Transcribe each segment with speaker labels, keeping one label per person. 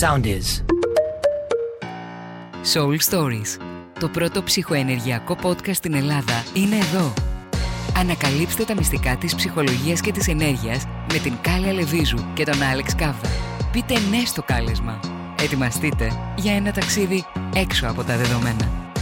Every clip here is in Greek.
Speaker 1: Sound is.
Speaker 2: Soul Stories. Το πρώτο ψυχοενεργειακό podcast στην Ελλάδα είναι εδώ. Ανακαλύψτε τα μυστικά της ψυχολογίας και της ενέργειας με την Κάλια Λεβίζου και τον Άλεξ Κάβδα. Πείτε ναι στο κάλεσμα. Ετοιμαστείτε για ένα ταξίδι έξω από τα δεδομένα.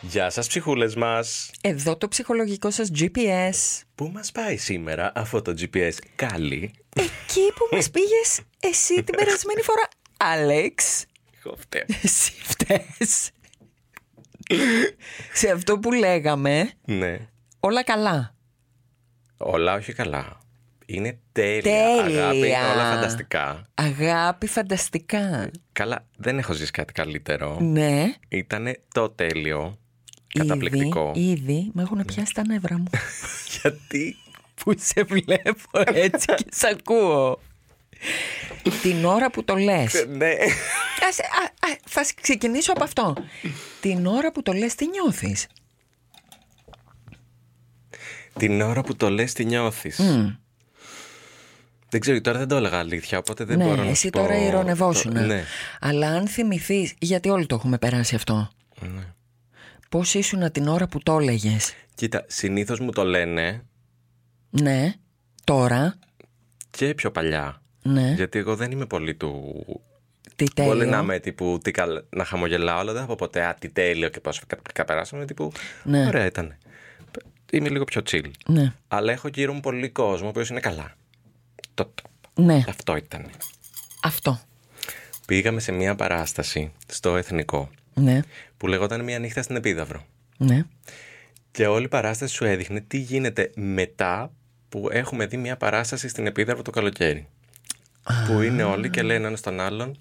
Speaker 3: Γεια σας ψυχούλες μας.
Speaker 4: Εδώ το ψυχολογικό σας GPS.
Speaker 3: Πού μας πάει σήμερα αυτό το GPS καλή.
Speaker 4: Εκεί που μας πήγες εσύ την περασμένη φορά, Άλεξ.
Speaker 3: Εγώ φταίω.
Speaker 4: Εσύ φταίς. Σε αυτό που λέγαμε,
Speaker 3: Ναι.
Speaker 4: όλα καλά.
Speaker 3: Όλα όχι καλά. Είναι τέλεια.
Speaker 4: Τέλεια.
Speaker 3: Αγάπη, είναι όλα φανταστικά.
Speaker 4: Αγάπη φανταστικά.
Speaker 3: Καλά, δεν έχω ζήσει κάτι καλύτερο.
Speaker 4: Ναι.
Speaker 3: Ήτανε το τέλειο.
Speaker 4: Ήδη-
Speaker 3: Καταπληκτικό. Ναι.
Speaker 4: Ήδη με έχουν πιάσει τα νεύρα μου.
Speaker 3: Γιατί
Speaker 4: που σε βλέπω έτσι και σε ακούω. Την ώρα που το λες
Speaker 3: ναι.
Speaker 4: Ας- α- α, θα σ- ξεκινήσω από αυτό. Την ώρα που το λες τι νιώθεις.
Speaker 3: Την ώρα που το λες τι νιώθεις. Δεν ξέρω, τώρα δεν το έλεγα αλήθεια, οπότε δεν μπορώ
Speaker 4: ναι,
Speaker 3: να
Speaker 4: εσύ
Speaker 3: σου πω
Speaker 4: τώρα ηρωνευόσουν.
Speaker 3: το- Ναι.
Speaker 4: Αλλά αν θυμηθείς, γιατί όλοι το έχουμε περάσει αυτό. Ναι. Πώς ήσουν την ώρα που το έλεγες.
Speaker 3: Κοίτα, συνήθως μου το λένε
Speaker 4: Ναι. Τώρα.
Speaker 3: και πιο παλιά.
Speaker 4: Ναι.
Speaker 3: Γιατί εγώ δεν είμαι πολύ του
Speaker 4: Τι τέλειο.
Speaker 3: Μπορεί να είμαι τύπου τι καλ- να χαμογελάω, αλλά δεν θα πω ποτέ Α, τι τέλειο και πόσο καταπληκτικά περάσαμε. Τύπου.
Speaker 4: Ναι.
Speaker 3: Ωραία ήταν. Είμαι λίγο πιο chill.
Speaker 4: Ναι.
Speaker 3: Αλλά έχω γύρω μου πολύ κόσμο ο οποίος είναι καλά. Το, το-
Speaker 4: Ναι.
Speaker 3: αυτό ήταν.
Speaker 4: Αυτό.
Speaker 3: Πήγαμε σε μια παράσταση στο Εθνικό
Speaker 4: Ναι.
Speaker 3: που λεγόταν Μια νύχτα στην Επίδαυρο.
Speaker 4: Ναι.
Speaker 3: Και όλη η παράσταση σου έδειχνε τι γίνεται μετά που έχουμε δει μια παράσταση στην Επίδαυρο το καλοκαίρι. Που είναι όλοι και λένε ένας στον άλλον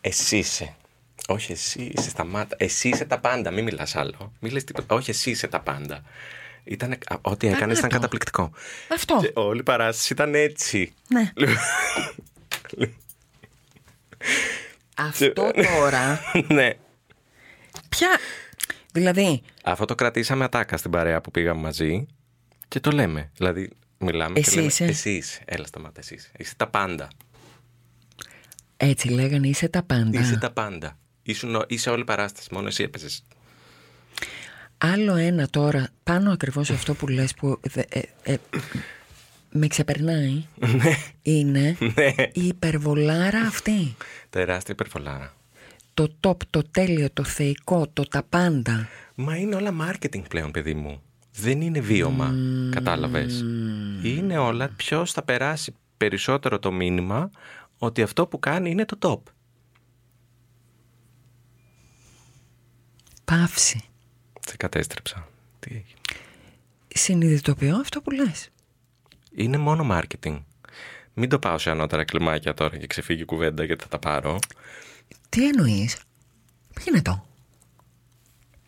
Speaker 3: Εσύ είσαι. Όχι, εσύ είσαι σταμάτα. Εσύ είσαι τα πάντα. Μην μιλάς άλλο. Μην λες τίποτα. Όχι, εσύ είσαι τα πάντα. Ήτανε, α, ό,τι έκανες ήταν
Speaker 4: Θανάτο.
Speaker 3: καταπληκτικό.
Speaker 4: Αυτό.
Speaker 3: Και όλη η παράσταση ήταν έτσι.
Speaker 4: Ναι. Αυτό τώρα.
Speaker 3: ναι.
Speaker 4: Ποια. Δηλαδή,
Speaker 3: Αυτό το κρατήσαμε ατάκα στην παρέα που πήγαμε μαζί και το λέμε. Δηλαδή, μιλάμε
Speaker 4: Εσύ
Speaker 3: και λέμε
Speaker 4: είσαι.
Speaker 3: Εσύ είσαι. Έλα, σταμάτα, εσύ είσαι. Είσαι τα πάντα.
Speaker 4: έτσι λέγανε, είσαι τα πάντα.
Speaker 3: Είσαι τα πάντα. Ήσουν, ο- είσαι όλη η παράσταση. Μόνο εσύ έπαιζες.
Speaker 4: Άλλο ένα τώρα, πάνω ακριβώς αυτό που λες που δε- ε, ε, με ξεπερνάει,
Speaker 3: Ναι.
Speaker 4: είναι η υπερβολάρα αυτή.
Speaker 3: Τεράστια υπερβολάρα.
Speaker 4: Το top, το τέλειο, το θεϊκό, το τα πάντα.
Speaker 3: Μα είναι όλα marketing πλέον, παιδί μου. Δεν είναι βίωμα. Κατάλαβες. Είναι όλα ποιος θα περάσει περισσότερο το μήνυμα ότι αυτό που κάνει είναι το top.
Speaker 4: Παύση.
Speaker 3: Σε κατέστρεψα. Τι έγινε.
Speaker 4: Συνειδητοποιώ αυτό που λες.
Speaker 3: Είναι μόνο marketing. Μην το πάω σε ανώτερα κλιμάκια τώρα και ξεφύγει η κουβέντα γιατί θα τα πάρω.
Speaker 4: Τι εννοείς. Ποιο είναι το.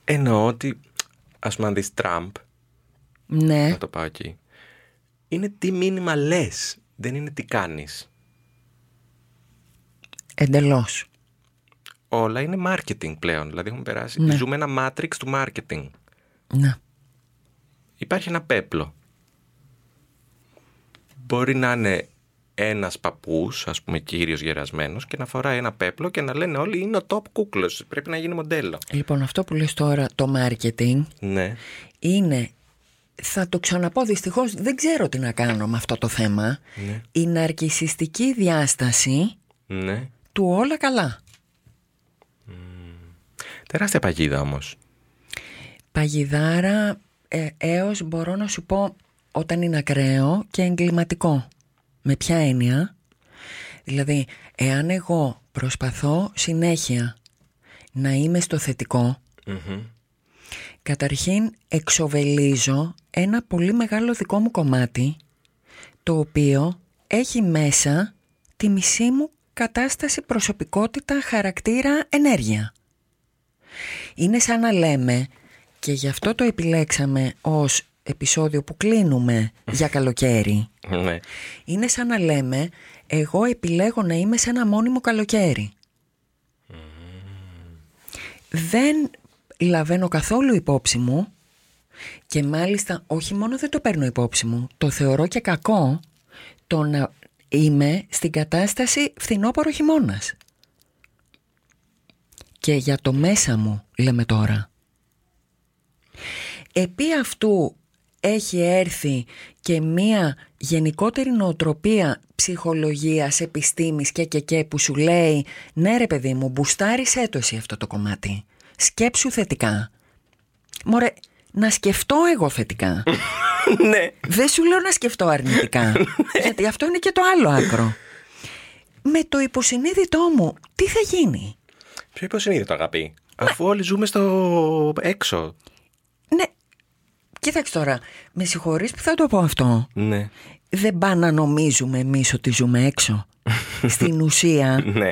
Speaker 3: Εννοώ ότι, ας πούμε, αν δεις Τραμπ,
Speaker 4: Ναι.
Speaker 3: να το πάω εκεί. Είναι τι μήνυμα λες. Δεν είναι τι κάνεις.
Speaker 4: Εντελώς.
Speaker 3: Όλα είναι marketing πλέον. Δηλαδή έχουμε περάσει.
Speaker 4: Ναι.
Speaker 3: Ζούμε ένα matrix του marketing.
Speaker 4: Ναι.
Speaker 3: Υπάρχει ένα πέπλο. Μπορεί να είναι ένας παππούς, ας πούμε, κύριος γερασμένος, και να φοράει ένα πέπλο και να λένε όλοι είναι ο top κούκλος. Πρέπει να γίνει μοντέλο.
Speaker 4: Λοιπόν, αυτό που λες τώρα, το marketing,
Speaker 3: Ναι.
Speaker 4: είναι, θα το ξαναπώ δυστυχώς, δεν ξέρω τι να κάνω με αυτό το θέμα,
Speaker 3: Ναι.
Speaker 4: η ναρκισιστική διάσταση
Speaker 3: Ναι.
Speaker 4: του όλα καλά.
Speaker 3: Τεράστια παγίδα όμως.
Speaker 4: Παγιδάρα ε, έως μπορώ να σου πω όταν είναι ακραίο και εγκληματικό. Με ποια έννοια. Δηλαδή, εάν εγώ προσπαθώ συνέχεια να είμαι στο θετικό, καταρχήν εξοβελίζω ένα πολύ μεγάλο δικό μου κομμάτι, το οποίο έχει μέσα τη μισή μου κατάσταση προσωπικότητα, χαρακτήρα, ενέργεια. Είναι σαν να λέμε και γι' αυτό το επιλέξαμε ως επεισόδιο που κλείνουμε για καλοκαίρι.
Speaker 3: Ναι.
Speaker 4: Είναι σαν να λέμε εγώ επιλέγω να είμαι σε ένα μόνιμο καλοκαίρι. Δεν λαβαίνω καθόλου υπόψη μου και μάλιστα όχι μόνο δεν το παίρνω υπόψη μου, το θεωρώ και κακό το να Είμαι στην κατάσταση φθινόπωρο χειμώνας. Και για το μέσα μου λέμε τώρα. Επί αυτού έχει έρθει και μία γενικότερη νοοτροπία ψυχολογίας, επιστήμης και και και που σου λέει «Ναι ρε παιδί μου, μπουστάρισέ το εσύ αυτό το κομμάτι, σκέψου θετικά». Μωρέ, να σκεφτώ εγώ θετικά.
Speaker 3: ναι.
Speaker 4: Δεν σου λέω να σκεφτώ αρνητικά, γιατί αυτό είναι και το άλλο άκρο. Με το υποσυνείδητό μου, τι θα γίνει.
Speaker 3: Ποιο υποσυνείδητο, αγαπή. Αφού όλοι ζούμε στο έξω.
Speaker 4: Ναι, κοίταξε τώρα, με συγχωρείς που θα το πω αυτό.
Speaker 3: Ναι.
Speaker 4: δεν πά να νομίζουμε εμείς ότι ζούμε έξω. Στην ουσία,
Speaker 3: Ναι.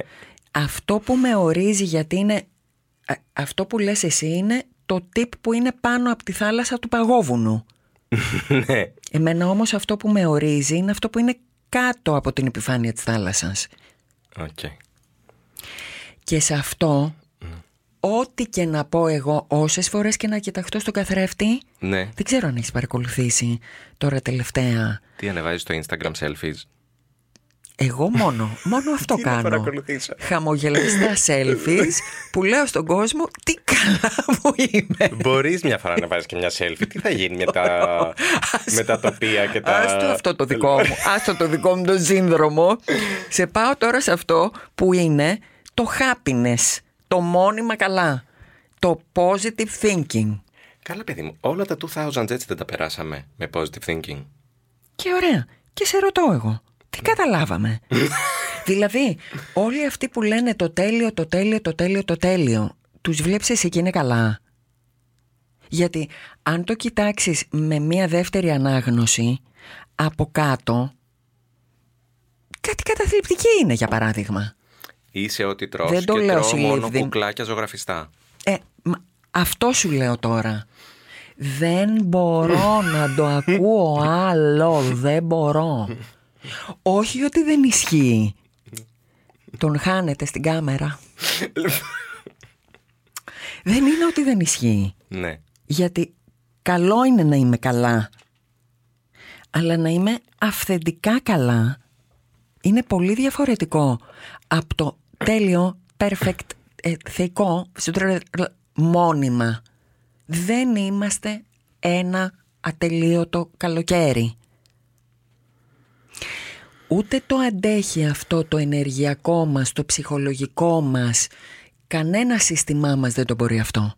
Speaker 4: αυτό που με ορίζει γιατί είναι. α, Αυτό που λες εσύ είναι το τύπ που είναι πάνω από τη θάλασσα του παγόβουνου.
Speaker 3: ναι.
Speaker 4: Εμένα όμως αυτό που με ορίζει είναι αυτό που είναι κάτω από την επιφάνεια της θάλασσας.
Speaker 3: Οκ.
Speaker 4: Και σε αυτό, ό,τι και να πω εγώ, όσες φορές και να κοιταχτώ στον καθρέφτη,
Speaker 3: Ναι.
Speaker 4: δεν ξέρω αν έχεις παρακολουθήσει τώρα τελευταία.
Speaker 3: Τι ανεβάζεις στο Instagram selfies.
Speaker 4: Εγώ μόνο, μόνο αυτό
Speaker 3: Τι να
Speaker 4: κάνω.
Speaker 3: παρακολουθήσω.
Speaker 4: Χαμογελαστά selfies που λέω στον κόσμο τι καλά που είμαι.
Speaker 3: Μπορείς μια φορά να βάζεις και μια selfie. Τι θα γίνει με τα, με τα τοπία Ε, και τα.
Speaker 4: Άστο αυτό το δικό μου, άστο το δικό μου το σύνδρομο. Σε πάω τώρα σε αυτό που είναι το happiness, το μόνιμα καλά, το positive thinking.
Speaker 3: Καλά, παιδί μου. Όλα τα 2000 έτσι δεν τα περάσαμε με positive thinking.
Speaker 4: Και ωραία. Και σε ρωτώ εγώ. Τι καταλάβαμε. δηλαδή, όλοι αυτοί που λένε το τέλειο, το τέλειο, το τέλειο, το τέλειο, τους βλέπεις εσύ και είναι καλά. Γιατί αν το κοιτάξεις με μία δεύτερη ανάγνωση, από κάτω, κάτι καταθλιπτική είναι για παράδειγμα.
Speaker 3: Είσαι ό,τι τρως
Speaker 4: Δεν το
Speaker 3: και
Speaker 4: λέω
Speaker 3: τρώω μόνο
Speaker 4: συλλήβδη.
Speaker 3: κουκλάκια ζωγραφιστά.
Speaker 4: Ε, μα αυτό σου λέω τώρα. Δεν μπορώ να το ακούω άλλο, δεν μπορώ. Όχι ότι δεν ισχύει. Τον χάνετε στην κάμερα. δεν είναι ότι δεν ισχύει.
Speaker 3: Ναι.
Speaker 4: Γιατί καλό είναι να είμαι καλά. Αλλά να είμαι αυθεντικά καλά είναι πολύ διαφορετικό από το τέλειο, perfect, ε, θεϊκό, συντρο- μόνιμα. Δεν είμαστε ένα ατελείωτο καλοκαίρι. Ούτε το αντέχει αυτό το ενεργειακό μας, το ψυχολογικό μας. Κανένα σύστημά μας δεν το μπορεί αυτό.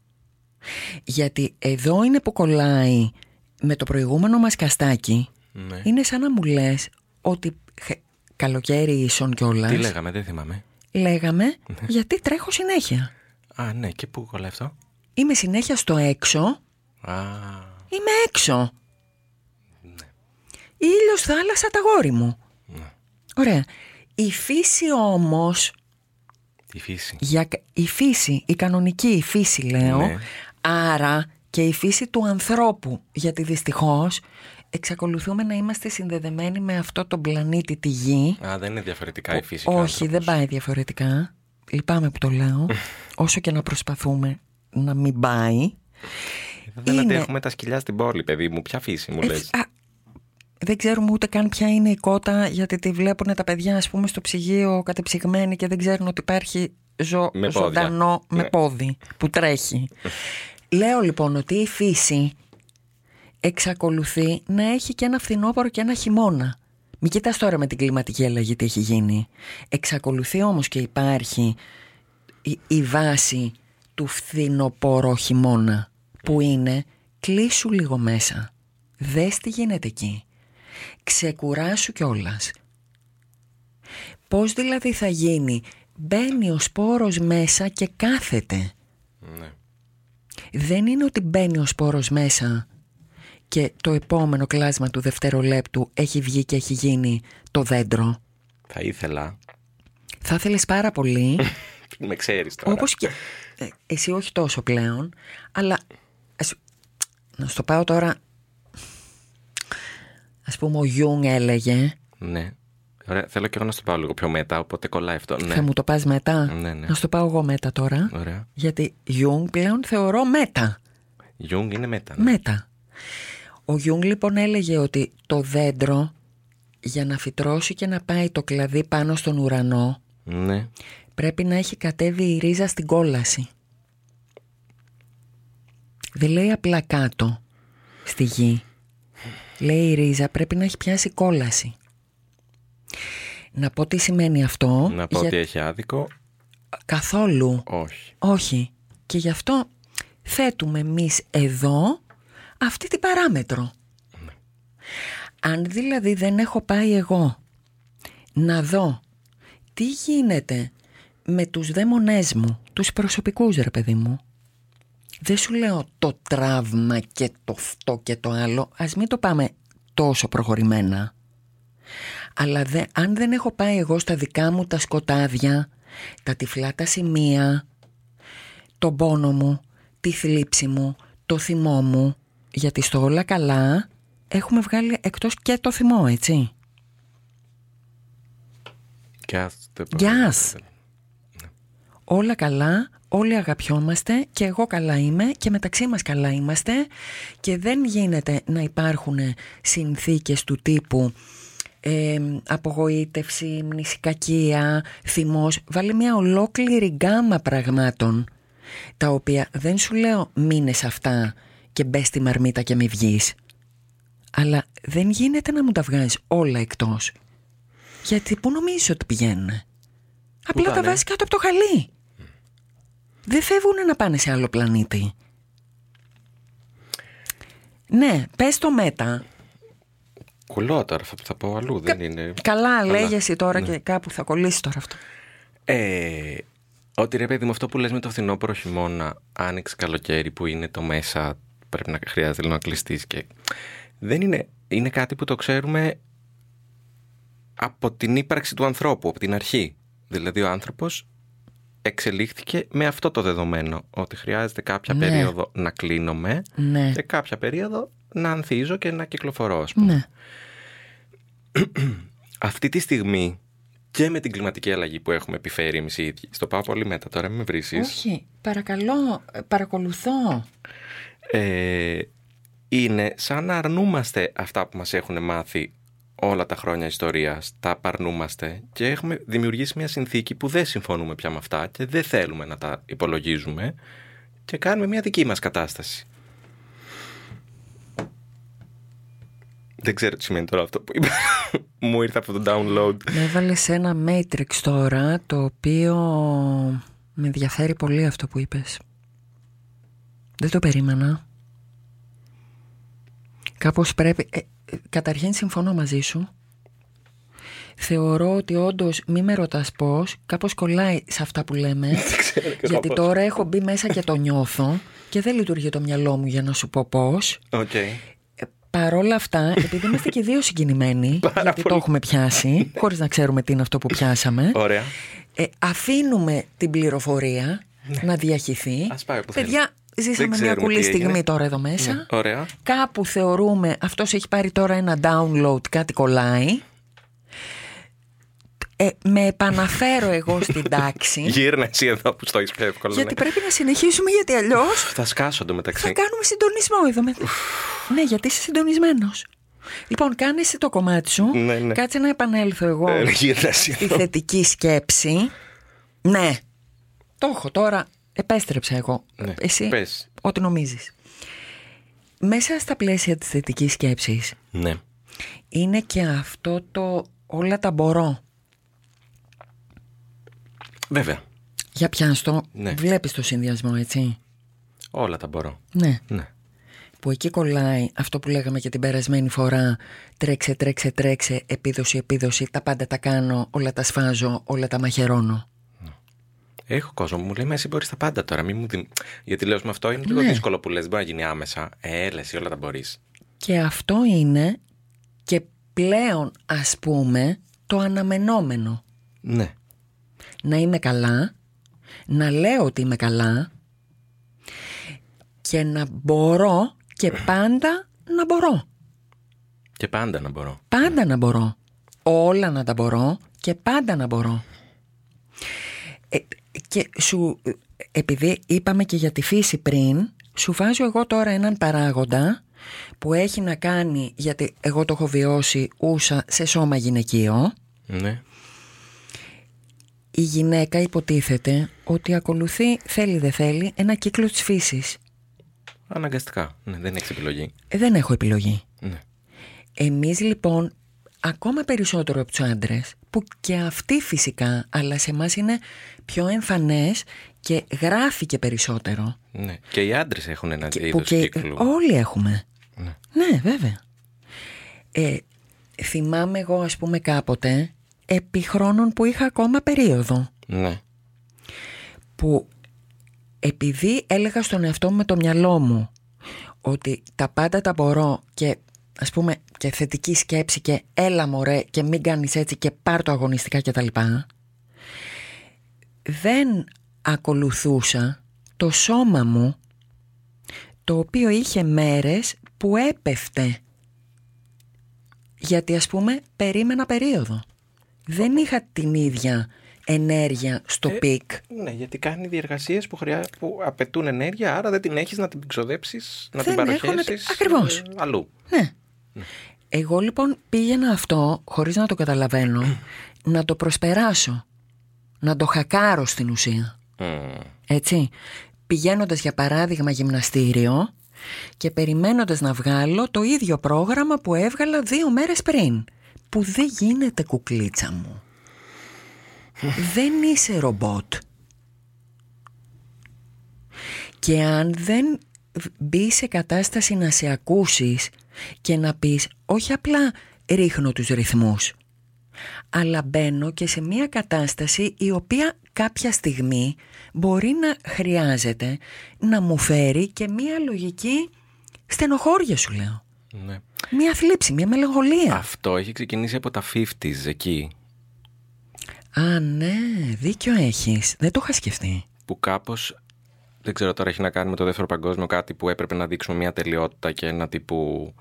Speaker 4: Γιατί εδώ είναι που κολλάει με το προηγούμενο μας καστάκι.
Speaker 3: ναι.
Speaker 4: Είναι σαν να μου λες ότι χε, καλοκαίρι ίσον κιόλας.
Speaker 3: Τι Ναι. λέγαμε, δεν θυμάμαι.
Speaker 4: Λέγαμε γιατί τρέχω συνέχεια.
Speaker 3: Α, ναι, και πού κολλάει αυτό.
Speaker 4: Είμαι συνέχεια στο έξω.
Speaker 3: Α,
Speaker 4: Είμαι έξω.
Speaker 3: Ναι.
Speaker 4: Ήλιος, θάλασσα, τα γόρι μου.
Speaker 3: Ναι.
Speaker 4: Ωραία. Η φύση όμως
Speaker 3: τη φύση.
Speaker 4: για κα- η φύση, η κανονική η φύση λέω,
Speaker 3: Ναι.
Speaker 4: άρα και η φύση του ανθρώπου, γιατί δυστυχώς εξακολουθούμε να είμαστε συνδεδεμένοι με αυτό τον πλανήτη τη Γη.
Speaker 3: Α, δεν είναι διαφορετικά η φύση. και ο
Speaker 4: Όχι,
Speaker 3: άνθρωπος.
Speaker 4: δεν πάει διαφορετικά. Λυπάμαι που το λέω, όσο και να προσπαθούμε να μην πάει.
Speaker 3: Δεν
Speaker 4: είναι-
Speaker 3: αντέχουμε τα σκυλιά στην πόλη, παιδί μου. Ποια φύση μου
Speaker 4: Ε,
Speaker 3: λες.
Speaker 4: α, δεν ξέρουμε ούτε καν ποια είναι η κότα, γιατί τη βλέπουν τα παιδιά, ας πούμε, στο ψυγείο κατεψυγμένη και δεν ξέρουν ότι υπάρχει ζω,
Speaker 3: Με πόδια.
Speaker 4: ζωντανό με
Speaker 3: Ναι.
Speaker 4: πόδι που τρέχει. Λέω λοιπόν ότι η φύση εξακολουθεί να έχει και ένα φθινόπωρο και ένα χειμώνα. Μην κοιτάς τώρα με την κλιματική αλλαγή τι έχει γίνει. Εξακολουθεί όμως και υπάρχει η, η βάση του φθινοπόρο χειμώνα που είναι κλείσου λίγο μέσα. Δες τι γίνεται εκεί. Ξεκουράσου κιόλας. Πώς δηλαδή θα γίνει. Μπαίνει ο σπόρος μέσα και κάθεται.
Speaker 3: Ναι.
Speaker 4: Δεν είναι ότι μπαίνει ο σπόρος μέσα και το επόμενο κλάσμα του δευτερολέπτου έχει βγει και έχει γίνει το δέντρο.
Speaker 3: Θα ήθελα.
Speaker 4: Θα ήθελες πάρα
Speaker 3: Ε,
Speaker 4: πολύ
Speaker 3: Με ξέρεις τώρα.
Speaker 4: Όπως και. ε, Εσύ όχι τόσο πλέον, αλλά. Ας, να σου το πάω τώρα. Ας πούμε, ο Γιούγκ έλεγε.
Speaker 3: Ναι. Ωραία, θέλω και εγώ να στο πάω λίγο πιο μετά, οπότε κολλάει αυτό. Ναι.
Speaker 4: Θα μου το πας μετά.
Speaker 3: Ναι, ναι.
Speaker 4: Να σου το πάω εγώ μετά τώρα.
Speaker 3: Ωραία.
Speaker 4: Γιατί Γιούγκ πλέον θεωρώ μετά.
Speaker 3: Γιούγκ είναι μετά. ναι.
Speaker 4: Μέτα. Ο Γιούγκ λοιπόν έλεγε ότι το δέντρο για να φυτρώσει και να πάει το κλαδί πάνω στον ουρανό
Speaker 3: Ναι.
Speaker 4: πρέπει να έχει κατέβει η ρίζα στην κόλαση. Δεν λέει απλά κάτω στη γη. Λέει η ρίζα πρέπει να έχει πιάσει κόλαση. Να πω τι σημαίνει αυτό.
Speaker 3: Να πω
Speaker 4: για-
Speaker 3: ότι έχει άδικο.
Speaker 4: Καθόλου.
Speaker 3: Όχι.
Speaker 4: Όχι. Και γι' αυτό θέτουμε εμείς εδώ αυτή την παράμετρο. Αν δηλαδή δεν έχω πάει εγώ να δω τι γίνεται με τους δαίμονές μου, τους προσωπικούς ρε παιδί μου, δεν σου λέω το τραύμα και το αυτό και το άλλο, ας μην το πάμε τόσο προχωρημένα. Αλλά δε, αν δεν έχω πάει εγώ στα δικά μου τα σκοτάδια, τα τυφλά τα σημεία, τον πόνο μου, τη θλίψη μου, το θυμό μου, γιατί στο όλα καλά έχουμε βγάλει εκτός και το θυμό, έτσι.
Speaker 3: Γκάς. δεν
Speaker 4: Γκάς.
Speaker 3: προφέρω.
Speaker 4: Όλα καλά, όλοι αγαπιόμαστε και εγώ καλά είμαι και μεταξύ μας καλά είμαστε και δεν γίνεται να υπάρχουν συνθήκες του τύπου ε, απογοήτευση, μνησικακία, θυμός. Βάλει μια ολόκληρη γκάμα πραγμάτων τα οποία δεν σου λέω μείνε σε αυτά και μπες στη μαρμίτα και μη βγεις. Αλλά δεν γίνεται να μου τα βγάζεις όλα εκτός. Γιατί πού νομίζεις ότι πηγαίνουν. Απλά τα
Speaker 3: πάνε?
Speaker 4: βάζεις κάτω από το χαλί. Δεν φεύγουν να πάνε σε άλλο πλανήτη. Ναι, πες το μέτα.
Speaker 3: Κουλό τώρα αυτό που θα πω αλλού, δεν είναι.
Speaker 4: Καλά,
Speaker 3: Καλά.
Speaker 4: λέγεσαι τώρα
Speaker 3: Ναι.
Speaker 4: και κάπου θα κολλήσει τώρα αυτό.
Speaker 3: Ε, ότι ρε παιδί μου, αυτό που λες με το φθινόπωρο χειμώνα, άνοιξε καλοκαίρι που είναι το μέσα, πρέπει να χρειάζεται λίγο να κλειστείς και... Δεν είναι, είναι κάτι που το ξέρουμε από την ύπαρξη του ανθρώπου, από την αρχή. Δηλαδή ο άνθρωπος εξελίχθηκε με αυτό το δεδομένο, ότι χρειάζεται κάποια
Speaker 4: Ναι.
Speaker 3: περίοδο να κλείνομαι
Speaker 4: Ναι.
Speaker 3: και κάποια περίοδο να ανθίζω και να κυκλοφορώ, ας πούμε.
Speaker 4: Ναι.
Speaker 3: Αυτή τη στιγμή και με την κλιματική αλλαγή που έχουμε επιφέρει εμείς οι ίδιοι. Στο πάω πολύ μετά τώρα, μην με βρίσεις.
Speaker 4: Όχι, παρακαλώ, ε, παρακολουθώ.
Speaker 3: Ε, είναι σαν να αρνούμαστε αυτά που μας έχουν μάθει όλα τα χρόνια ιστορίας, τα απαρνούμαστε και έχουμε δημιουργήσει μια συνθήκη που δεν συμφωνούμε πια με αυτά και δεν θέλουμε να τα υπολογίζουμε και κάνουμε μια δική μας κατάσταση. Δεν ξέρω τι σημαίνει τώρα αυτό που είπα. Μου ήρθε από το download.
Speaker 4: Με έβαλες σε ένα Matrix τώρα, το οποίο με ενδιαφέρει πολύ αυτό που είπες. Δεν το περίμενα. Κάπως πρέπει... ε, ε, καταρχήν συμφωνώ μαζί σου. Θεωρώ ότι όντως μη με ρωτάς πώς, κάπως κολλάει σε αυτά που λέμε. γιατί τώρα έχω μπει μέσα και το νιώθω και δεν λειτουργεί το μυαλό μου για να σου πω πώς.
Speaker 3: Οκ.
Speaker 4: Ε, παρόλα αυτά, επειδή είμαστε και δύο συγκινημένοι,
Speaker 3: Πάρα
Speaker 4: γιατί το
Speaker 3: πολύ.
Speaker 4: έχουμε πιάσει, χωρίς να ξέρουμε τι είναι αυτό που πιάσαμε,
Speaker 3: Ωραία.
Speaker 4: ε, αφήνουμε την πληροφορία να διαχυθεί.
Speaker 3: Ναι. Ας πάει όπου
Speaker 4: Παιδιά, ζήσαμε μια
Speaker 3: ξέρουμε
Speaker 4: κουλή
Speaker 3: τι έγινε. Ναι.
Speaker 4: στιγμή τώρα εδώ μέσα.
Speaker 3: Ωραία.
Speaker 4: Κάπου θεωρούμε, αυτός έχει πάρει τώρα ένα download, κάτι κολλάει. Ε, με επαναφέρω εγώ στην τάξη,
Speaker 3: Γύρνα εσύ εδώ που στο έχεις πιο εύκολο.
Speaker 4: γιατί
Speaker 3: ναι.
Speaker 4: πρέπει να συνεχίσουμε, γιατί αλλιώς
Speaker 3: Θα σκάσω εντωμεταξύ.
Speaker 4: θα κάνουμε συντονισμό εδώ μετά. ναι, γιατί είσαι συντονισμένος. Λοιπόν, κάνε εσύ το κομμάτι σου.
Speaker 3: Ναι, ναι.
Speaker 4: Κάτσε να επανέλθω εγώ
Speaker 3: Ε, γύρνα εσύ
Speaker 4: στη
Speaker 3: εδώ.
Speaker 4: θετική σκέψη. Ναι. Το έχω τώρα. Επέστρεψα εγώ.
Speaker 3: Ναι,
Speaker 4: Εσύ,
Speaker 3: πες.
Speaker 4: ό,τι νομίζεις. Μέσα στα πλαίσια της θετικής σκέψης
Speaker 3: Ναι.
Speaker 4: είναι και αυτό το όλα τα μπορώ.
Speaker 3: Βέβαια.
Speaker 4: Για πιάστο,
Speaker 3: Ναι.
Speaker 4: βλέπεις το συνδυασμό, έτσι.
Speaker 3: Όλα τα μπορώ.
Speaker 4: Ναι.
Speaker 3: Ναι.
Speaker 4: που εκεί κολλάει αυτό που λέγαμε και την περασμένη φορά τρέξε, τρέξε, τρέξε, επίδοση, επίδοση, τα πάντα τα κάνω, όλα τα σφάζω, όλα τα μαχαιρώνω.
Speaker 3: Έχω κόσμο που μου λέει, Μα εσύ μπορείς τα πάντα τώρα. Μην μου δι... Γιατί λέω με αυτό είναι λίγο
Speaker 4: Ναι.
Speaker 3: δύσκολο που λες. Δεν μπορεί να γίνει άμεσα. Ε, έλα, εσύ όλα τα μπορείς.
Speaker 4: Και αυτό είναι και πλέον ας πούμε το αναμενόμενο.
Speaker 3: Ναι.
Speaker 4: Να είμαι καλά, να λέω ότι είμαι καλά και να μπορώ και πάντα να μπορώ.
Speaker 3: Και πάντα να μπορώ.
Speaker 4: Πάντα να μπορώ. Όλα να τα μπορώ και πάντα να μπορώ. Ε, και σου, επειδή είπαμε και για τη φύση πριν, σου βάζω εγώ τώρα έναν παράγοντα που έχει να κάνει, γιατί εγώ το έχω βιώσει ούσα σε σώμα γυναικείο,
Speaker 3: Ναι.
Speaker 4: η γυναίκα υποτίθεται ότι ακολουθεί, θέλει δεν θέλει, ένα κύκλο της φύσης.
Speaker 3: Αναγκαστικά. Ναι, δεν έχει επιλογή.
Speaker 4: Ε, Δεν έχω επιλογή.
Speaker 3: Ναι.
Speaker 4: Εμείς λοιπόν, ακόμα περισσότερο από τους άντρες, που και αυτοί φυσικά, αλλά σε εμάς είναι πιο εμφανές και γράφει και περισσότερο.
Speaker 3: ναι. Και οι άντρες έχουν ένα
Speaker 4: Και-
Speaker 3: είδος
Speaker 4: και-
Speaker 3: κύκλου.
Speaker 4: όλοι έχουμε.
Speaker 3: Ναι.
Speaker 4: Ναι, βέβαια. Ε, θυμάμαι εγώ, ας πούμε, κάποτε, επί χρόνων που είχα ακόμα περίοδο,
Speaker 3: ναι.
Speaker 4: που επειδή έλεγα στον εαυτό μου με το μυαλό μου ότι τα πάντα τα μπορώ και ας πούμε και θετική σκέψη και έλα μωρέ και μην κάνεις έτσι και πάρ το αγωνιστικά και τα λοιπά, δεν ακολουθούσα το σώμα μου το οποίο είχε μέρες που έπεφτε γιατί ας πούμε περίμενα περίοδο δεν είχα την ίδια ενέργεια στο
Speaker 3: Ε,
Speaker 4: πικ
Speaker 3: Ναι, γιατί κάνει διεργασίες που, χρειά... που απαιτούν ενέργεια, άρα δεν την έχεις να την ξοδέψεις, να
Speaker 4: Δεν
Speaker 3: την
Speaker 4: έχω να την-
Speaker 3: παροχέσει.
Speaker 4: Ακριβώς.
Speaker 3: αλλού.
Speaker 4: Ναι. Εγώ λοιπόν πήγαινα αυτό, χωρίς να το καταλαβαίνω, να το προσπεράσω. Να το χακάρω στην ουσία.
Speaker 3: Μμμ.
Speaker 4: Έτσι. Πηγαίνοντας για παράδειγμα γυμναστήριο και περιμένοντας να βγάλω το ίδιο πρόγραμμα που έβγαλα δύο μέρες πριν. Που δεν γίνεται κουκλίτσα μου. δεν είσαι ρομπότ. Και αν δεν μπει σε κατάσταση να σε ακούσεις και να πεις όχι απλά ρίχνω τους ρυθμούς αλλά μπαίνω και σε μια κατάσταση η οποία κάποια στιγμή μπορεί να χρειάζεται να μου φέρει και μια λογική στενοχώρια σου λέω.
Speaker 3: Ναι.
Speaker 4: Μια θλίψη, μια μελαγχολία.
Speaker 3: Αυτό έχει ξεκινήσει από τα 50s εκεί,
Speaker 4: Α, ναι, δίκιο έχεις. Δεν το είχα σκεφτεί.
Speaker 3: που κάπως. Δεν ξέρω τώρα έχει να κάνει με το δεύτερο παγκόσμιο κάτι που έπρεπε να δείξουμε μια τελειότητα και ένα τύπου.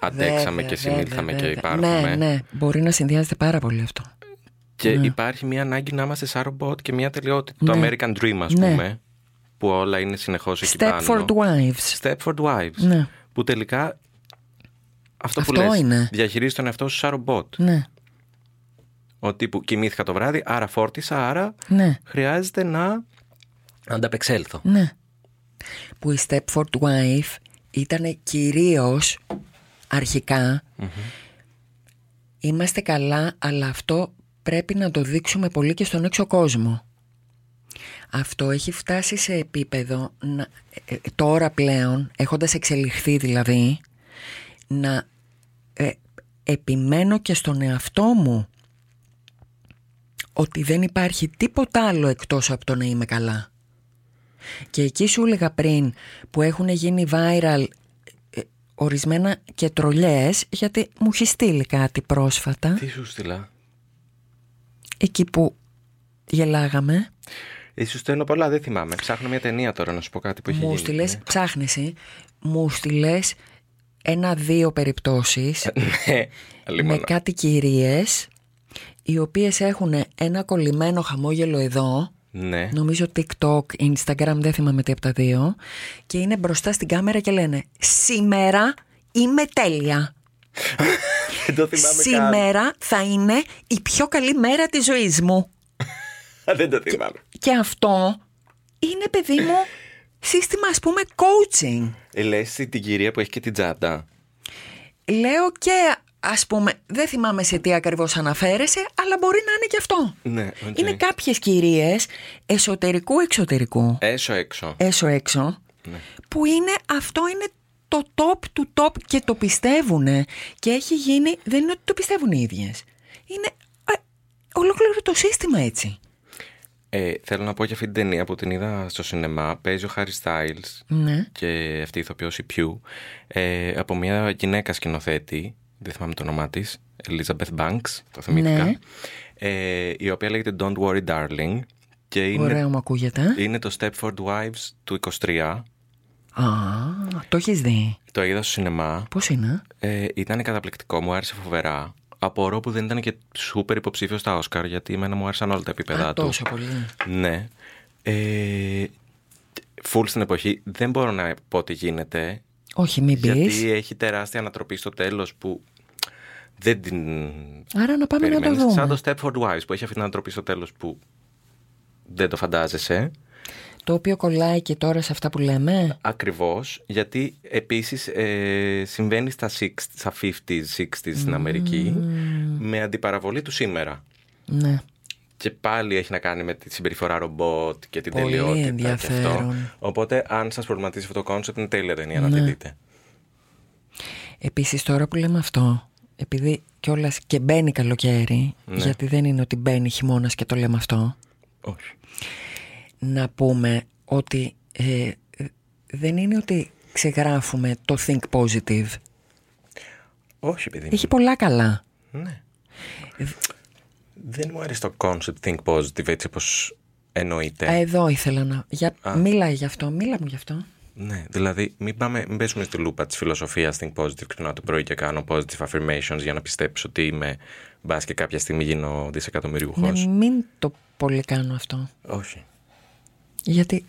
Speaker 3: Αντέξαμε
Speaker 4: Βέβαια,
Speaker 3: και συνήλθαμε
Speaker 4: βέβαια,
Speaker 3: και
Speaker 4: βέβαια.
Speaker 3: υπάρχουμε.
Speaker 4: Ναι, ναι, μπορεί να συνδυάζεται πάρα πολύ αυτό.
Speaker 3: Και υπάρχει μια ανάγκη να είμαστε σαν ρομπότ και μια τελειότητα. Το
Speaker 4: Ναι.
Speaker 3: American Dream, ας
Speaker 4: Ναι.
Speaker 3: πούμε. Που όλα είναι συνεχώς εκεί πάνω.
Speaker 4: Stepford Wives.
Speaker 3: Stepford Wives.
Speaker 4: Ναι.
Speaker 3: Που τελικά. Αυτό, που
Speaker 4: Αυτό
Speaker 3: λες,
Speaker 4: είναι.
Speaker 3: διαχειρίζεις τον εαυτό σου σαν ρομπότ.
Speaker 4: Ναι,
Speaker 3: Ότι που κοιμήθηκα το βράδυ, άρα φόρτισα, άρα
Speaker 4: ναι,
Speaker 3: χρειάζεται να ανταπεξέλθω.
Speaker 4: ναι. Που η Stepford Wife ήταν κυρίως αρχικά είμαστε καλά αλλά αυτό πρέπει να το δείξουμε πολύ και στον έξω κόσμο. Αυτό έχει φτάσει σε επίπεδο να, ε, ε, τώρα πλέον, έχοντας εξελιχθεί δηλαδή, να ε, επιμένω και στον εαυτό μου ότι δεν υπάρχει τίποτα άλλο εκτός από το να είμαι καλά. Και εκεί σου έλεγα πριν που έχουν γίνει viral ε, ορισμένα και τρολιές γιατί μου έχει στείλει κάτι πρόσφατα
Speaker 3: Τι σου στείλα.
Speaker 4: εκεί που γελάγαμε
Speaker 3: Ε, Σου στέλνω πολλά, δεν θυμάμαι. Ψάχνω μια ταινία τώρα να σου πω κάτι που έχει
Speaker 4: μου
Speaker 3: γίνει.
Speaker 4: στείλες,
Speaker 3: Ναι.
Speaker 4: ψάχνεσαι, ε. μου στείλες ένα-δύο περιπτώσεις
Speaker 3: Ναι,
Speaker 4: με
Speaker 3: λίμωνα.
Speaker 4: κάτι κυρίες οι οποίες έχουν ένα κολλημένο χαμόγελο εδώ
Speaker 3: Ναι.
Speaker 4: νομίζω TikTok, Instagram, δεν θυμάμαι τι από τα δύο και είναι μπροστά στην κάμερα και λένε «Σήμερα είμαι τέλεια».
Speaker 3: Δεν το θυμάμαι
Speaker 4: Σήμερα θα είναι η πιο καλή μέρα της ζωής μου.
Speaker 3: καν. Δεν το θυμάμαι.
Speaker 4: Και αυτό είναι, παιδί μου, σύστημα ας πούμε coaching.
Speaker 3: Ε, λες την κυρία που έχει και την τσάντα.
Speaker 4: Λέω και ας πούμε, δεν θυμάμαι σε τι ακριβώς αναφέρεσαι, αλλά μπορεί να είναι και αυτό.
Speaker 3: Ναι, οκ.
Speaker 4: Είναι κάποιες κυρίες εσωτερικού-εξωτερικού,
Speaker 3: Έσω έξω.
Speaker 4: έσω-έξω,
Speaker 3: Ναι.
Speaker 4: που είναι, αυτό είναι το top του top και το πιστεύουνε και έχει γίνει, δεν είναι ότι το πιστεύουν οι ίδιες. Είναι ε, ολόκληρο το σύστημα έτσι.
Speaker 3: Ε, θέλω να πω για αυτή την ταινία που την είδα στο σινεμά. Παίζει ο Χάρι Στάιλς
Speaker 4: Ναι.
Speaker 3: και αυτή η ηθοποιός η Πιού ε, από μια γυναίκα σκηνοθέτη, δεν θυμάμαι το όνομά της, Elizabeth Banks, το θυμήθηκα,
Speaker 4: Ναι.
Speaker 3: ε, η οποία λέγεται Don't Worry Darling και είναι, Ε-
Speaker 4: Ωραίο μου ακούγεται. ε?
Speaker 3: είναι το Stepford Wives του 23.
Speaker 4: Α, το έχεις δει.
Speaker 3: Το είδα στο σινεμά.
Speaker 4: Πώς είναι.
Speaker 3: Ε, ήταν καταπληκτικό, μου άρεσε φοβερά. Απορώ που δεν ήταν και σούπερ υποψήφιο στα Όσκαρ, γιατί εμένα μου άρεσαν όλα τα επίπεδα
Speaker 4: Α,
Speaker 3: του.
Speaker 4: τόσο πολύ.
Speaker 3: Ναι. Ε, φουλ στην εποχή. Δεν μπορώ να πω ότι γίνεται.
Speaker 4: Όχι, μην πεις.
Speaker 3: Γιατί έχει τεράστια ανατροπή στο τέλος που δεν την.
Speaker 4: Άρα να πάμε να το
Speaker 3: περιμένεις.
Speaker 4: δούμε.
Speaker 3: Σαν το Stepford Wives που έχει αυτή την ανατροπή στο τέλος που δεν το φαντάζεσαι.
Speaker 4: Το οποίο κολλάει και τώρα σε αυτά που λέμε.
Speaker 3: Ακριβώς. Γιατί επίσης συμβαίνει στα, 60, στα 50s, 60s στην Αμερική με αντιπαραβολή του σήμερα.
Speaker 4: Ναι.
Speaker 3: Και πάλι έχει να κάνει με τη συμπεριφορά ρομπότ και την
Speaker 4: Πολύ
Speaker 3: τελειότητα. Και αυτό.
Speaker 4: ενδιαφέρον.
Speaker 3: Οπότε, αν σας προβληματίζει αυτό το κόνσεπτ, είναι τέλεια ταινία να τη
Speaker 4: Ναι.
Speaker 3: δείτε.
Speaker 4: Επίσης τώρα που λέμε αυτό, επειδή κιόλας και μπαίνει καλοκαίρι, γιατί δεν είναι ότι μπαίνει χειμώνας και το λέμε αυτό,
Speaker 3: Όχι.
Speaker 4: να πούμε ότι ε, δεν είναι ότι ξεγράφουμε το think positive.
Speaker 3: Όχι, παιδί. μου.
Speaker 4: Έχει πολλά καλά.
Speaker 3: Ναι. Δεν μου αρέσει το concept think positive έτσι όπως εννοείται.
Speaker 4: Α, Εδώ ήθελα να... Για... Μίλα γι' αυτό, μίλα μου γι' αυτό.
Speaker 3: Ναι, δηλαδή μην, πάμε, μην πέσουμε στη λούπα της φιλοσοφίας think positive. Ξυπνάω το πρωί και κάνω positive affirmations για να πιστέψω ότι είμαι μπας και κάποια στιγμή γίνω δισεκατομμυριούχος.
Speaker 4: Ναι, μην το πολύ κάνω αυτό.
Speaker 3: Όχι.
Speaker 4: Γιατί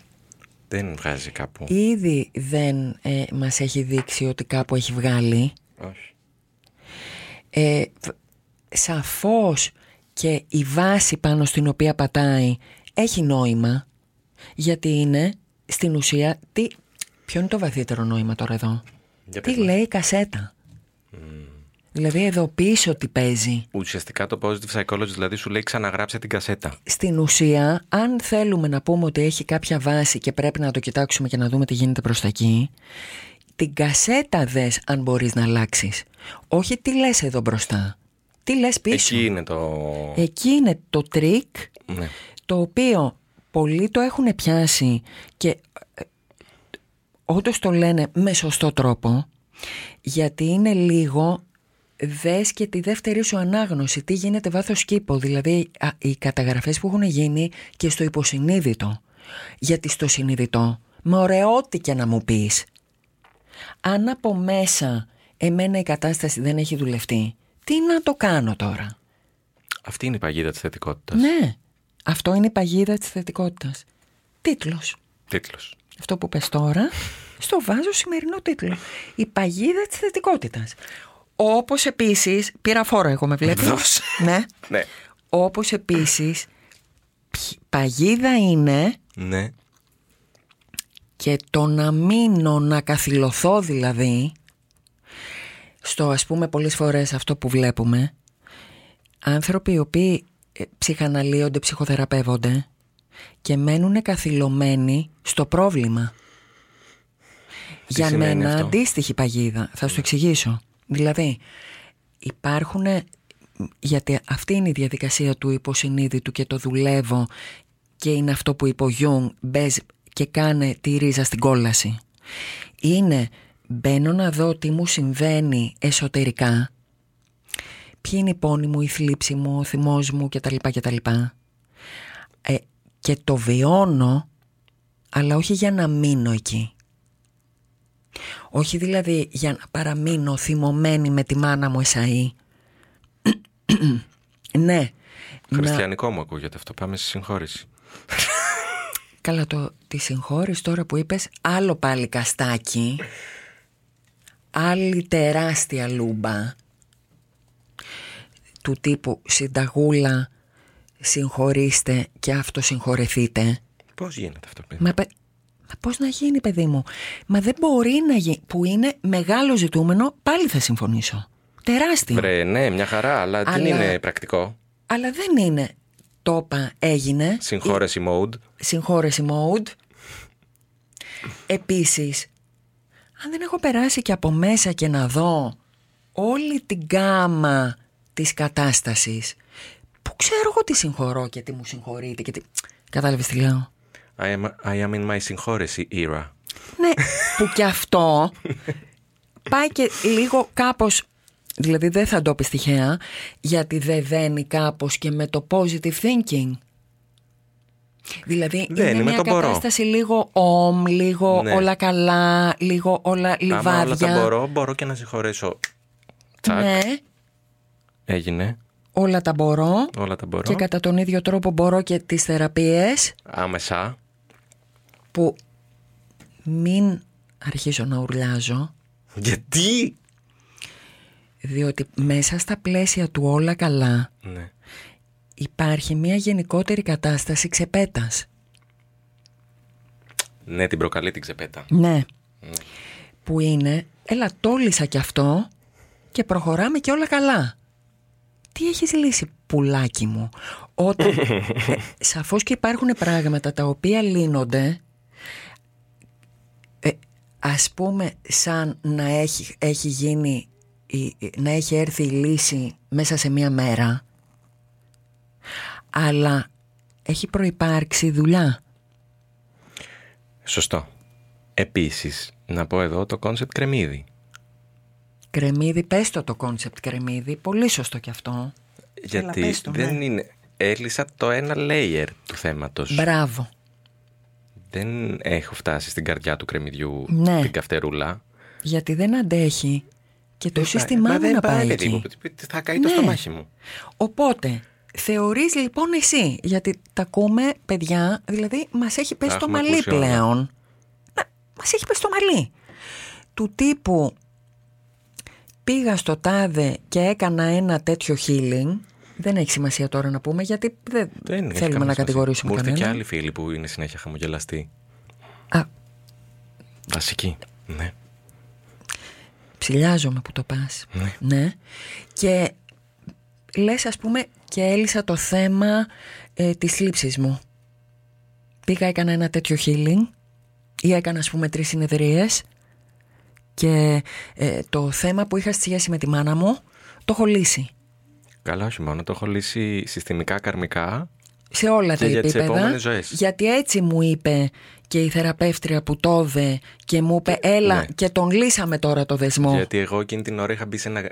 Speaker 3: Δεν βγάζει κάπου.
Speaker 4: Ε, ήδη δεν ε, μας έχει δείξει ότι κάπου έχει βγάλει.
Speaker 3: Όχι.
Speaker 4: ε, β- σαφώς και η βάση πάνω στην οποία πατάει έχει νόημα γιατί είναι στην ουσία τι, ποιο είναι το βαθύτερο νόημα τώρα εδώ
Speaker 3: Για
Speaker 4: τι
Speaker 3: πες μας.
Speaker 4: λέει η κασέτα δηλαδή εδώ πίσω τι παίζει
Speaker 3: Ουσιαστικά το positive psychology δηλαδή σου λέει ξαναγράψε την κασέτα.
Speaker 4: στην ουσία αν θέλουμε να πούμε ότι έχει κάποια βάση και πρέπει να το κοιτάξουμε και να δούμε τι γίνεται προς τα εκεί την κασέτα δες αν μπορείς να αλλάξεις όχι τι λες εδώ μπροστά τι λες πίσω
Speaker 3: Εκεί είναι το.
Speaker 4: Εκεί είναι το τρίκ
Speaker 3: Ναι.
Speaker 4: το οποίο πολλοί το έχουν πιάσει και ε, όντως το λένε με σωστό τρόπο γιατί είναι λίγο δες και τη δεύτερη σου ανάγνωση τι γίνεται βάθος κήπο δηλαδή α, οι καταγραφές που έχουν γίνει και στο υποσυνείδητο γιατί στο συνειδητό με ωραιότη και να μου πεις αν από μέσα εμένα η κατάσταση δεν έχει δουλευτεί τι να το κάνω τώρα
Speaker 3: Αυτή είναι η παγίδα της θετικότητας.
Speaker 4: ναι. Αυτό είναι η παγίδα της θετικότητας. Τίτλος.
Speaker 3: Τίτλος.
Speaker 4: Αυτό που πες τώρα, στο βάζω σημερινό τίτλο. Η παγίδα της θετικότητας. Όπως επίσης, πήρα φόρο εγώ με βλέπεις. ναι.
Speaker 3: Ναι.
Speaker 4: Όπως επίσης, πι- παγίδα είναι
Speaker 3: Ναι.
Speaker 4: και το να μείνω να καθυλωθώ δηλαδή στο ας πούμε πολλές φορές αυτό που βλέπουμε άνθρωποι οι οποίοι ε, ψυχαναλύονται, ψυχοθεραπεύονται και μένουν καθυλωμένοι στο πρόβλημα.
Speaker 3: Τι
Speaker 4: Για
Speaker 3: σημαίνει
Speaker 4: μένα
Speaker 3: αυτό?
Speaker 4: αντίστοιχη παγίδα, θα σου το εξηγήσω. Δηλαδή υπάρχουν, γιατί αυτή είναι η διαδικασία του υποσυνείδητου και το δουλεύω και είναι αυτό που είπε ο Γιούγκ, μπες και κάνε τη ρίζα στην κόλαση. Είναι μπαίνω να δω τι μου συμβαίνει εσωτερικά ποιοι είναι οι πόνοι μου, η θλίψη μου, ο θυμός μου κτλ. κτλ. Ε, και το βιώνω, αλλά όχι για να μείνω εκεί. Όχι δηλαδή για να παραμείνω θυμωμένη με τη μάνα μου εσαΐ. ναι. Να...
Speaker 3: Χριστιανικό μου ακούγεται αυτό. Πάμε στη συγχώρηση.
Speaker 4: Καλά το τη συγχώρεις τώρα που είπες άλλο πάλι καστάκι. Άλλη τεράστια λούμπα. Του τύπου συνταγούλα συγχωρήστε και αυτοσυγχωρεθείτε.
Speaker 3: Πώς γίνεται αυτό, παιδί.
Speaker 4: Μα, παι- μα πώς να γίνει παιδί μου. Μα δεν μπορεί να γίνει. Που είναι μεγάλο ζητούμενο πάλι θα συμφωνήσω. Τεράστιο.
Speaker 3: Βρε, ναι, μια χαρά, αλλά, δεν
Speaker 4: Αλλά-
Speaker 3: είναι πρακτικό.
Speaker 4: Αλλά δεν είναι. Το είπα, έγινε.
Speaker 3: Συγχώρεση mode.
Speaker 4: συγχώρεση mode. Επίσης, αν δεν έχω περάσει και από μέσα και να δω όλη την γκάμα της κατάστασης, που ξέρω εγώ τι συγχωρώ και τι μου συγχωρείτε και τι... Κατάλαβες τι λέω.
Speaker 3: I am, I am in my συγχώρεση era.
Speaker 4: Ναι, που κι αυτό πάει και λίγο κάπως... Δηλαδή δεν θα το πεις τυχαία, γιατί δεν δένει κάπως και με το positive thinking. Δηλαδή
Speaker 3: Δένει
Speaker 4: είναι
Speaker 3: με
Speaker 4: μια
Speaker 3: το μπορώ.
Speaker 4: κατάσταση λίγο ομ, λίγο
Speaker 3: Ναι.
Speaker 4: όλα καλά, λίγο όλα λιβάδια.
Speaker 3: Άμα όλα τα μπορώ, μπορώ και να συγχωρέσω. Τσακ,
Speaker 4: Ναι,
Speaker 3: έγινε.
Speaker 4: όλα τα μπορώ.
Speaker 3: Όλα τα μπορώ.
Speaker 4: Και κατά τον ίδιο τρόπο μπορώ και τις θεραπείες
Speaker 3: Άμεσα.
Speaker 4: που μην αρχίσω να ουρλιάζω
Speaker 3: Γιατί!
Speaker 4: Διότι μέσα στα πλαίσια του όλα καλά
Speaker 3: Ναι.
Speaker 4: υπάρχει μια γενικότερη κατάσταση ξεπέτας.
Speaker 3: Ναι, την προκαλεί την ξεπέτα.
Speaker 4: Ναι. Που είναι, έλα τόλισα κι αυτό και προχωράμε και όλα καλά. Τι έχεις λύσει πουλάκι μου. Όταν, ε, σαφώς και υπάρχουν πράγματα τα οποία λύνονται, ε, ας πούμε σαν να έχει, έχει γίνει, η- να έχει έρθει η λύση μέσα σε μία μέρα, αλλά έχει προϋπάρξει δουλειά.
Speaker 3: Σωστό. Επίσης, να πω εδώ το κόνσεπτ κρεμμύδι.
Speaker 4: Κρεμμύδι, πες το το κόνσεπτ κρεμμύδι, πολύ σωστό κι αυτό. Έλα,
Speaker 3: Γιατί
Speaker 4: πες το,
Speaker 3: δεν
Speaker 4: ναι.
Speaker 3: είναι... Έλυσα το ένα layer του θέματος.
Speaker 4: Μπράβο.
Speaker 3: Δεν έχω φτάσει στην καρδιά του κρεμμυδιού
Speaker 4: Ναι.
Speaker 3: την καυτερούλα.
Speaker 4: Γιατί δεν αντέχει και το
Speaker 3: Δεν
Speaker 4: σύστημά
Speaker 3: πάει. Μα
Speaker 4: μου
Speaker 3: δεν
Speaker 4: να πάει
Speaker 3: παιδί μου.
Speaker 4: εκεί.
Speaker 3: Θα καεί το
Speaker 4: Ναι.
Speaker 3: στομάχι μου.
Speaker 4: Οπότε, θεωρείς λοιπόν εσύ, γιατί τα ακούμε παιδιά, δηλαδή μας έχει πέσει
Speaker 3: Τα
Speaker 4: το
Speaker 3: έχουμε
Speaker 4: μαλλί
Speaker 3: ακούσει όλα.
Speaker 4: πλέον. Ναι, μας έχει πέσει το μαλλί. Του τύπου πήγα στο τάδε και έκανα ένα τέτοιο healing. Δεν έχει σημασία τώρα να πούμε γιατί δεν
Speaker 3: Δεν
Speaker 4: θέλουμε
Speaker 3: έχει καμία
Speaker 4: να
Speaker 3: σημασία.
Speaker 4: κατηγορήσουμε
Speaker 3: Μου ήρθε και
Speaker 4: κανέναν.
Speaker 3: άλλοι φίλοι που είναι συνέχεια χαμογελαστοί.
Speaker 4: Α,
Speaker 3: Βασική. Ναι.
Speaker 4: ψηλιάζομαι που το πας.
Speaker 3: Ναι.
Speaker 4: Και λες ας πούμε και έλυσα το θέμα ε, της λήψης μου. Πήγα έκανα ένα τέτοιο healing ή έκανα ας πούμε τρεις συνεδρίες και ε, το θέμα που είχα στη σχέση με τη μάνα μου το έχω λύσει.
Speaker 3: Καλά, όχι μόνο. Το έχω λύσει συστημικά, καρμικά.
Speaker 4: σε όλα
Speaker 3: Και
Speaker 4: τα
Speaker 3: για τις
Speaker 4: επίπεδα.
Speaker 3: επόμενες ζωές.
Speaker 4: Γιατί έτσι μου είπε και η θεραπεύτρια που τόδε και μου είπε έλα
Speaker 3: ναι.
Speaker 4: και τον λύσαμε τώρα το δεσμό.
Speaker 3: Γιατί εγώ εκείνη την ώρα είχα μπει σε ένα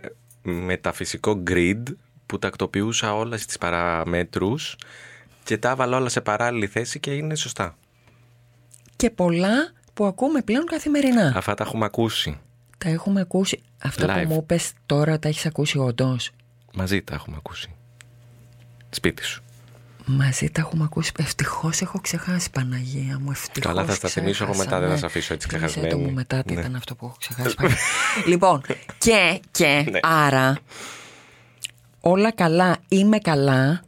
Speaker 3: μεταφυσικό grid που τακτοποιούσα όλες τις παραμέτρους και τα έβαλα όλα σε παράλληλη θέση και είναι σωστά.
Speaker 4: Και πολλά που ακούμε πλέον καθημερινά.
Speaker 3: Αυτά τα έχουμε ακούσει.
Speaker 4: Τα έχουμε ακούσει. Αυτά
Speaker 3: Live.
Speaker 4: που μου είπε τώρα τα έχεις ακούσει όντως.
Speaker 3: Μαζί τα έχουμε ακούσει. Σπίτι σου.
Speaker 4: Μαζί τα έχουμε ακούσει. Ευτυχώς έχω ξεχάσει, Παναγία μου. Ευτυχώς
Speaker 3: Καλά, θα στα θυμίσω εγώ μετά, δεν θα
Speaker 4: σε
Speaker 3: σε αφήσω έτσι
Speaker 4: Το
Speaker 3: ξεχασμένη.
Speaker 4: μου μετά τι
Speaker 3: Ναι.
Speaker 4: ήταν αυτό που έχω ξεχάσει. Παναγία. λοιπόν, και, και,
Speaker 3: Ναι.
Speaker 4: άρα. Όλα καλά, είμαι καλά.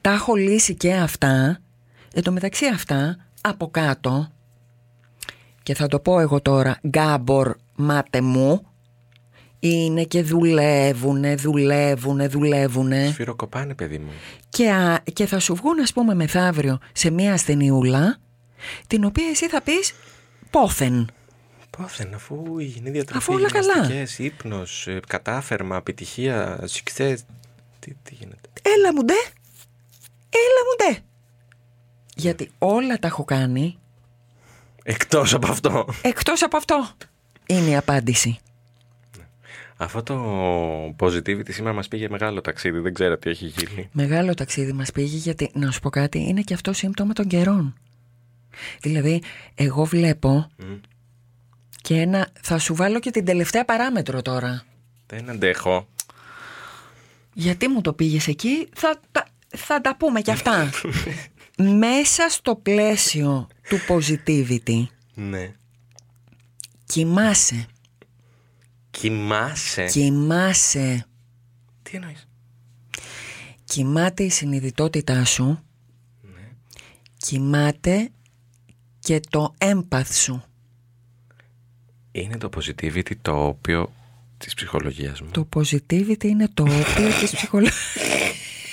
Speaker 4: Τα έχω λύσει και αυτά. Εν τω μεταξύ αυτά, από κάτω. Και θα το πω εγώ τώρα, Γκάμπορ, μάτε μου. Είναι και δουλεύουνε, δουλεύουνε, δουλεύουνε.
Speaker 3: Σφυροκοπάνε, παιδί μου.
Speaker 4: Και, α, και θα σου βγουν, ας πούμε, μεθαύριο σε μια ασθενειούλα, την οποία εσύ θα πεις πόθεν.
Speaker 3: Πόθεν, αφού η γενή διατροφή,
Speaker 4: Αφού όλα καλά.
Speaker 3: γυμναστικές, ύπνος, ε, κατάφερμα, επιτυχία, success. Τι, τι γίνεται.
Speaker 4: Έλα μου ντε! Έλα μου ντε! Γιατί όλα τα έχω κάνει
Speaker 3: Εκτός από αυτό.
Speaker 4: εκτός από αυτό. Είναι η απάντηση.
Speaker 3: Αυτό το positivity σήμερα μας πήγε μεγάλο ταξίδι, δεν ξέρω τι έχει γίνει.
Speaker 4: Μεγάλο ταξίδι μας πήγε γιατί, να σου πω κάτι, είναι και αυτό σύμπτωμα των καιρών. Δηλαδή, εγώ βλέπω και ένα... Θα σου βάλω και την τελευταία παράμετρο τώρα.
Speaker 3: Δεν αντέχω.
Speaker 4: Γιατί μου το πήγες εκεί, θα, τα- θα τα πούμε κι αυτά. Μέσα στο πλαίσιο του positivity,
Speaker 3: Ναι.
Speaker 4: κοιμάσαι,
Speaker 3: Κοιμάσαι.
Speaker 4: κοιμάσαι,
Speaker 3: Τι εννοείς.
Speaker 4: κοιμάται η συνειδητότητά σου, κοιμάται και το έμπαθ σου,
Speaker 3: Είναι το positivity το οποίο της ψυχολογίας μου.
Speaker 4: Το positivity είναι το όπλο της ψυχολογίας.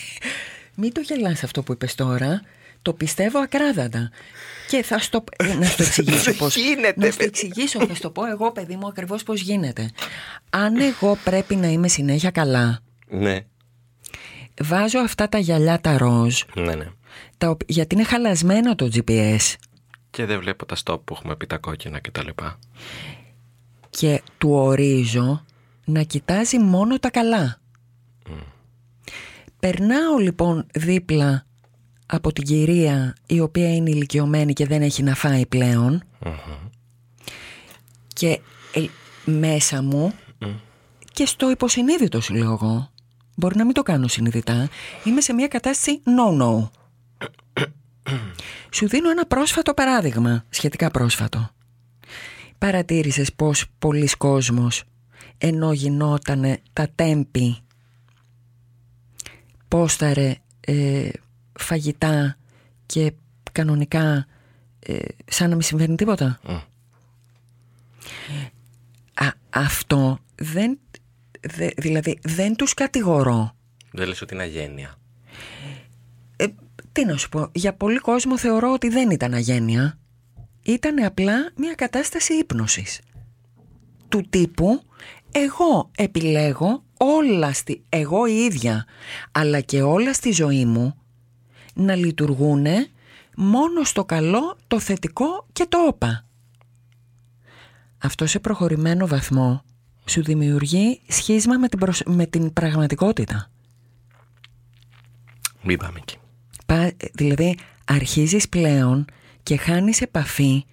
Speaker 4: Μην το γελάς αυτό που είπες τώρα. Το πιστεύω ακράδαντα. Και θα στο, ε, να στο εξηγήσω
Speaker 3: Δεν
Speaker 4: πώς...
Speaker 3: γίνεται,
Speaker 4: να στο εξηγήσω, θα στο πω εγώ παιδί μου ακριβώς πώς γίνεται. Αν εγώ πρέπει να είμαι συνέχεια καλά,
Speaker 3: Ναι.
Speaker 4: βάζω αυτά τα γυαλιά τα ροζ,
Speaker 3: Ναι, ναι.
Speaker 4: τα οπ- γιατί είναι χαλασμένο το GPS
Speaker 3: Και δεν βλέπω τα stop που έχουμε πει τα κόκκινα κτλ.
Speaker 4: και του ορίζω να κοιτάζει μόνο τα καλά. Περνάω λοιπόν δίπλα από την κυρία η οποία είναι ηλικιωμένη και δεν έχει να φάει πλέον και ε, μέσα μου και στο υποσυνείδητο σου λέω εγώ μπορεί να μην το κάνω συνειδητά είμαι σε μια κατάσταση no-no σου δίνω ένα πρόσφατο παράδειγμα σχετικά πρόσφατο παρατήρησες πως πολλοί κόσμος ενώ γινότανε τα τέμπη πόσταρε ε, φαγητά και κανονικά ε, σαν να μην συμβαίνει τίποτα.
Speaker 3: Μμ.
Speaker 4: Α, αυτό δεν, δε- δηλαδή δεν τους κατηγορώ.
Speaker 3: Δεν λες ότι είναι αγένεια.
Speaker 4: Ε, τι να σου πω, για πολλοί κόσμο θεωρώ ότι δεν ήταν αγένεια. Ήταν απλά μια κατάσταση ύπνωσης. Του τύπου, εγώ επιλέγω όλα στη, εγώ η ίδια, αλλά και όλα στη ζωή μου, να λειτουργούν μόνο στο καλό, το θετικό και το όπα. Αυτό σε προχωρημένο βαθμό σου δημιουργεί σχίσμα με την, προσ- με την πραγματικότητα.
Speaker 3: Μην πάμε εκεί.
Speaker 4: Πα- δηλαδή αρχίζεις πλέον και χάνεις επαφή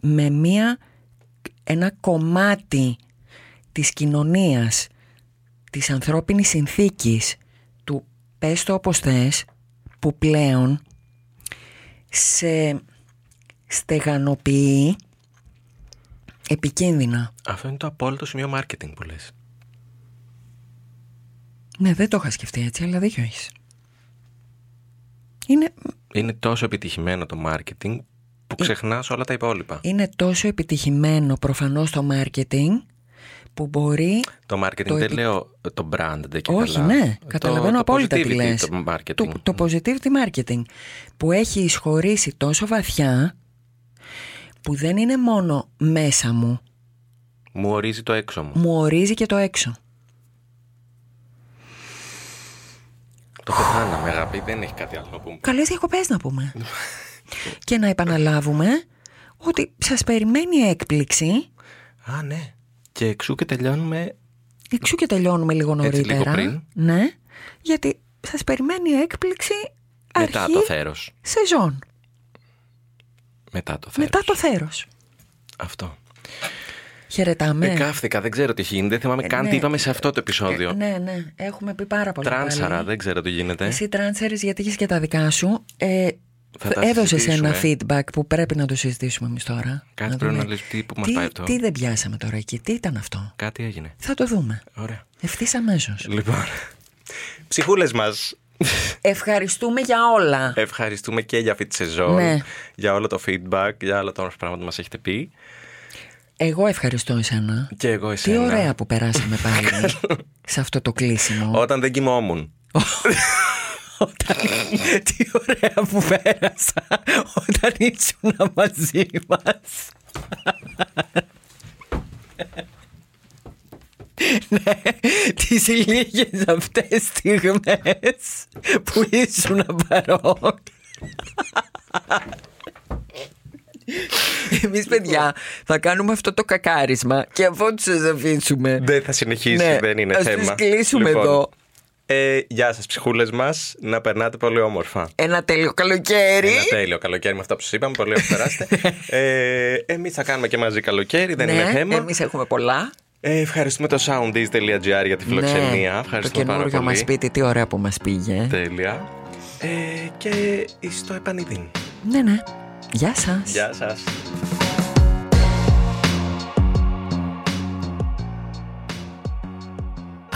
Speaker 4: με μία, ένα κομμάτι της κοινωνίας, της ανθρώπινης συνθήκης, του πες το όπως θες, που πλέον σε στεγανοποιεί επικίνδυνα.
Speaker 3: Αυτό είναι το απόλυτο σημείο marketing που λες.
Speaker 4: Ναι, δεν το είχα σκεφτεί έτσι, αλλά δίκιο έχεις. Είναι
Speaker 3: Είναι τόσο επιτυχημένο το marketing που
Speaker 4: Ε.
Speaker 3: ξεχνάς όλα τα υπόλοιπα.
Speaker 4: είναι τόσο επιτυχημένο προφανώς το marketing που μπορεί...
Speaker 3: Το marketing
Speaker 4: Το
Speaker 3: δεν
Speaker 4: επι-
Speaker 3: λέω το brand δεν και
Speaker 4: Όχι,
Speaker 3: καλά.
Speaker 4: ναι,
Speaker 3: Το-
Speaker 4: καταλαβαίνω
Speaker 3: το
Speaker 4: απόλυτα τι
Speaker 3: positivity,
Speaker 4: λες.
Speaker 3: Το marketing.
Speaker 4: Το, το positivity marketing που έχει εισχωρήσει τόσο βαθιά που δεν είναι μόνο μέσα μου,
Speaker 3: Μου ορίζει το έξω μου.
Speaker 4: μου ορίζει και το έξω.
Speaker 3: Το πεθάναμε αγάπη, δεν έχει κάτι άλλο να πούμε.
Speaker 4: Καλές διακοπές να πούμε. και να επαναλάβουμε ότι σας περιμένει έκπληξη,
Speaker 3: Α, ναι. Και εξού και τελειώνουμε
Speaker 4: εξού και τελειώνουμε λίγο
Speaker 3: Έτσι, λίγο
Speaker 4: νωρίτερα.
Speaker 3: πριν.
Speaker 4: Ναι, γιατί σας περιμένει έκπληξη αρχή
Speaker 3: μετά το θέρος.
Speaker 4: σεζόν.
Speaker 3: Μετά το θέρος.
Speaker 4: Μετά το θέρος.
Speaker 3: Αυτό.
Speaker 4: Χαιρετάμε.
Speaker 3: Εκάφθηκα, δεν ξέρω τι γίνεται. Δεν θυμάμαι καν
Speaker 4: ναι.
Speaker 3: τι είπαμε σε αυτό το επεισόδιο.
Speaker 4: Ε, ναι, ναι. Έχουμε πει πάρα πολλά.
Speaker 3: Τράνσαρα,
Speaker 4: πάλι.
Speaker 3: δεν ξέρω τι γίνεται.
Speaker 4: Εσύ τράνσερες γιατί έχεις και τα δικά σου. Ε,
Speaker 3: Θα τα
Speaker 4: έδωσες ένα
Speaker 3: συζητήσουμε.
Speaker 4: feedback που πρέπει να το συζητήσουμε εμείς τώρα.
Speaker 3: Κάτι πρέπει
Speaker 4: δούμε
Speaker 3: να λες, τι- πού μας
Speaker 4: τι,
Speaker 3: πάει αυτό.
Speaker 4: Τι δεν πιάσαμε τώρα εκεί, τι ήταν αυτό.
Speaker 3: Κάτι έγινε.
Speaker 4: Θα το δούμε.
Speaker 3: Ωραία.
Speaker 4: Ευθύς αμέσως.
Speaker 3: Λοιπόν. Ψυχούλες μας.
Speaker 4: Ευχαριστούμε για
Speaker 3: Ε.
Speaker 4: όλα.
Speaker 3: Ευχαριστούμε και για αυτή τη σεζόν.
Speaker 4: Ναι.
Speaker 3: Για όλο το feedback, για όλα τα όμορφα πράγματα που μας έχετε πει.
Speaker 4: Εγώ ευχαριστώ εσένα.
Speaker 3: Και εγώ
Speaker 4: Τι
Speaker 3: εσένα.
Speaker 4: ωραία που περάσαμε πάλι σε αυτό το κλείσιμο.
Speaker 3: Όταν δεν κοιμόμουν.
Speaker 4: Όταν... Τι ωραία που πέρασα όταν ήσουν μαζί μας. ναι, τις λίγες αυτές στιγμές που ήσουν παρόν. Εμείς παιδιά θα κάνουμε αυτό το κακάρισμα και αφού τους αφήσουμε...
Speaker 3: Δεν θα συνεχίσει,
Speaker 4: Ναι,
Speaker 3: δεν είναι
Speaker 4: ας
Speaker 3: θέμα. Λοιπόν,
Speaker 4: τις κλείσουμε εδώ.
Speaker 3: Ε, γεια σας ψυχούλες μας, να περνάτε πολύ όμορφα.
Speaker 4: Ένα τέλειο καλοκαίρι.
Speaker 3: Ένα τέλειο καλοκαίρι με αυτά που σας είπαμε, πολύ όμορφα περάστε. ε, εμείς θα κάνουμε και μαζί
Speaker 4: Ναι,
Speaker 3: καλοκαίρι, δεν είναι θέμα.
Speaker 4: Εμείς έχουμε πολλά.
Speaker 3: Ε, ευχαριστούμε το soundees.gr για τη φιλοξενία. ευχαριστούμε
Speaker 4: Ναι, το
Speaker 3: πάρα
Speaker 4: καινούργιο
Speaker 3: πολύ.
Speaker 4: μας σπίτι, τι ωραία που μας πήγε.
Speaker 3: Τέλεια. Ε, και στο επανειδήν.
Speaker 4: Ναι, ναι. Γεια σας.
Speaker 3: Γεια σας.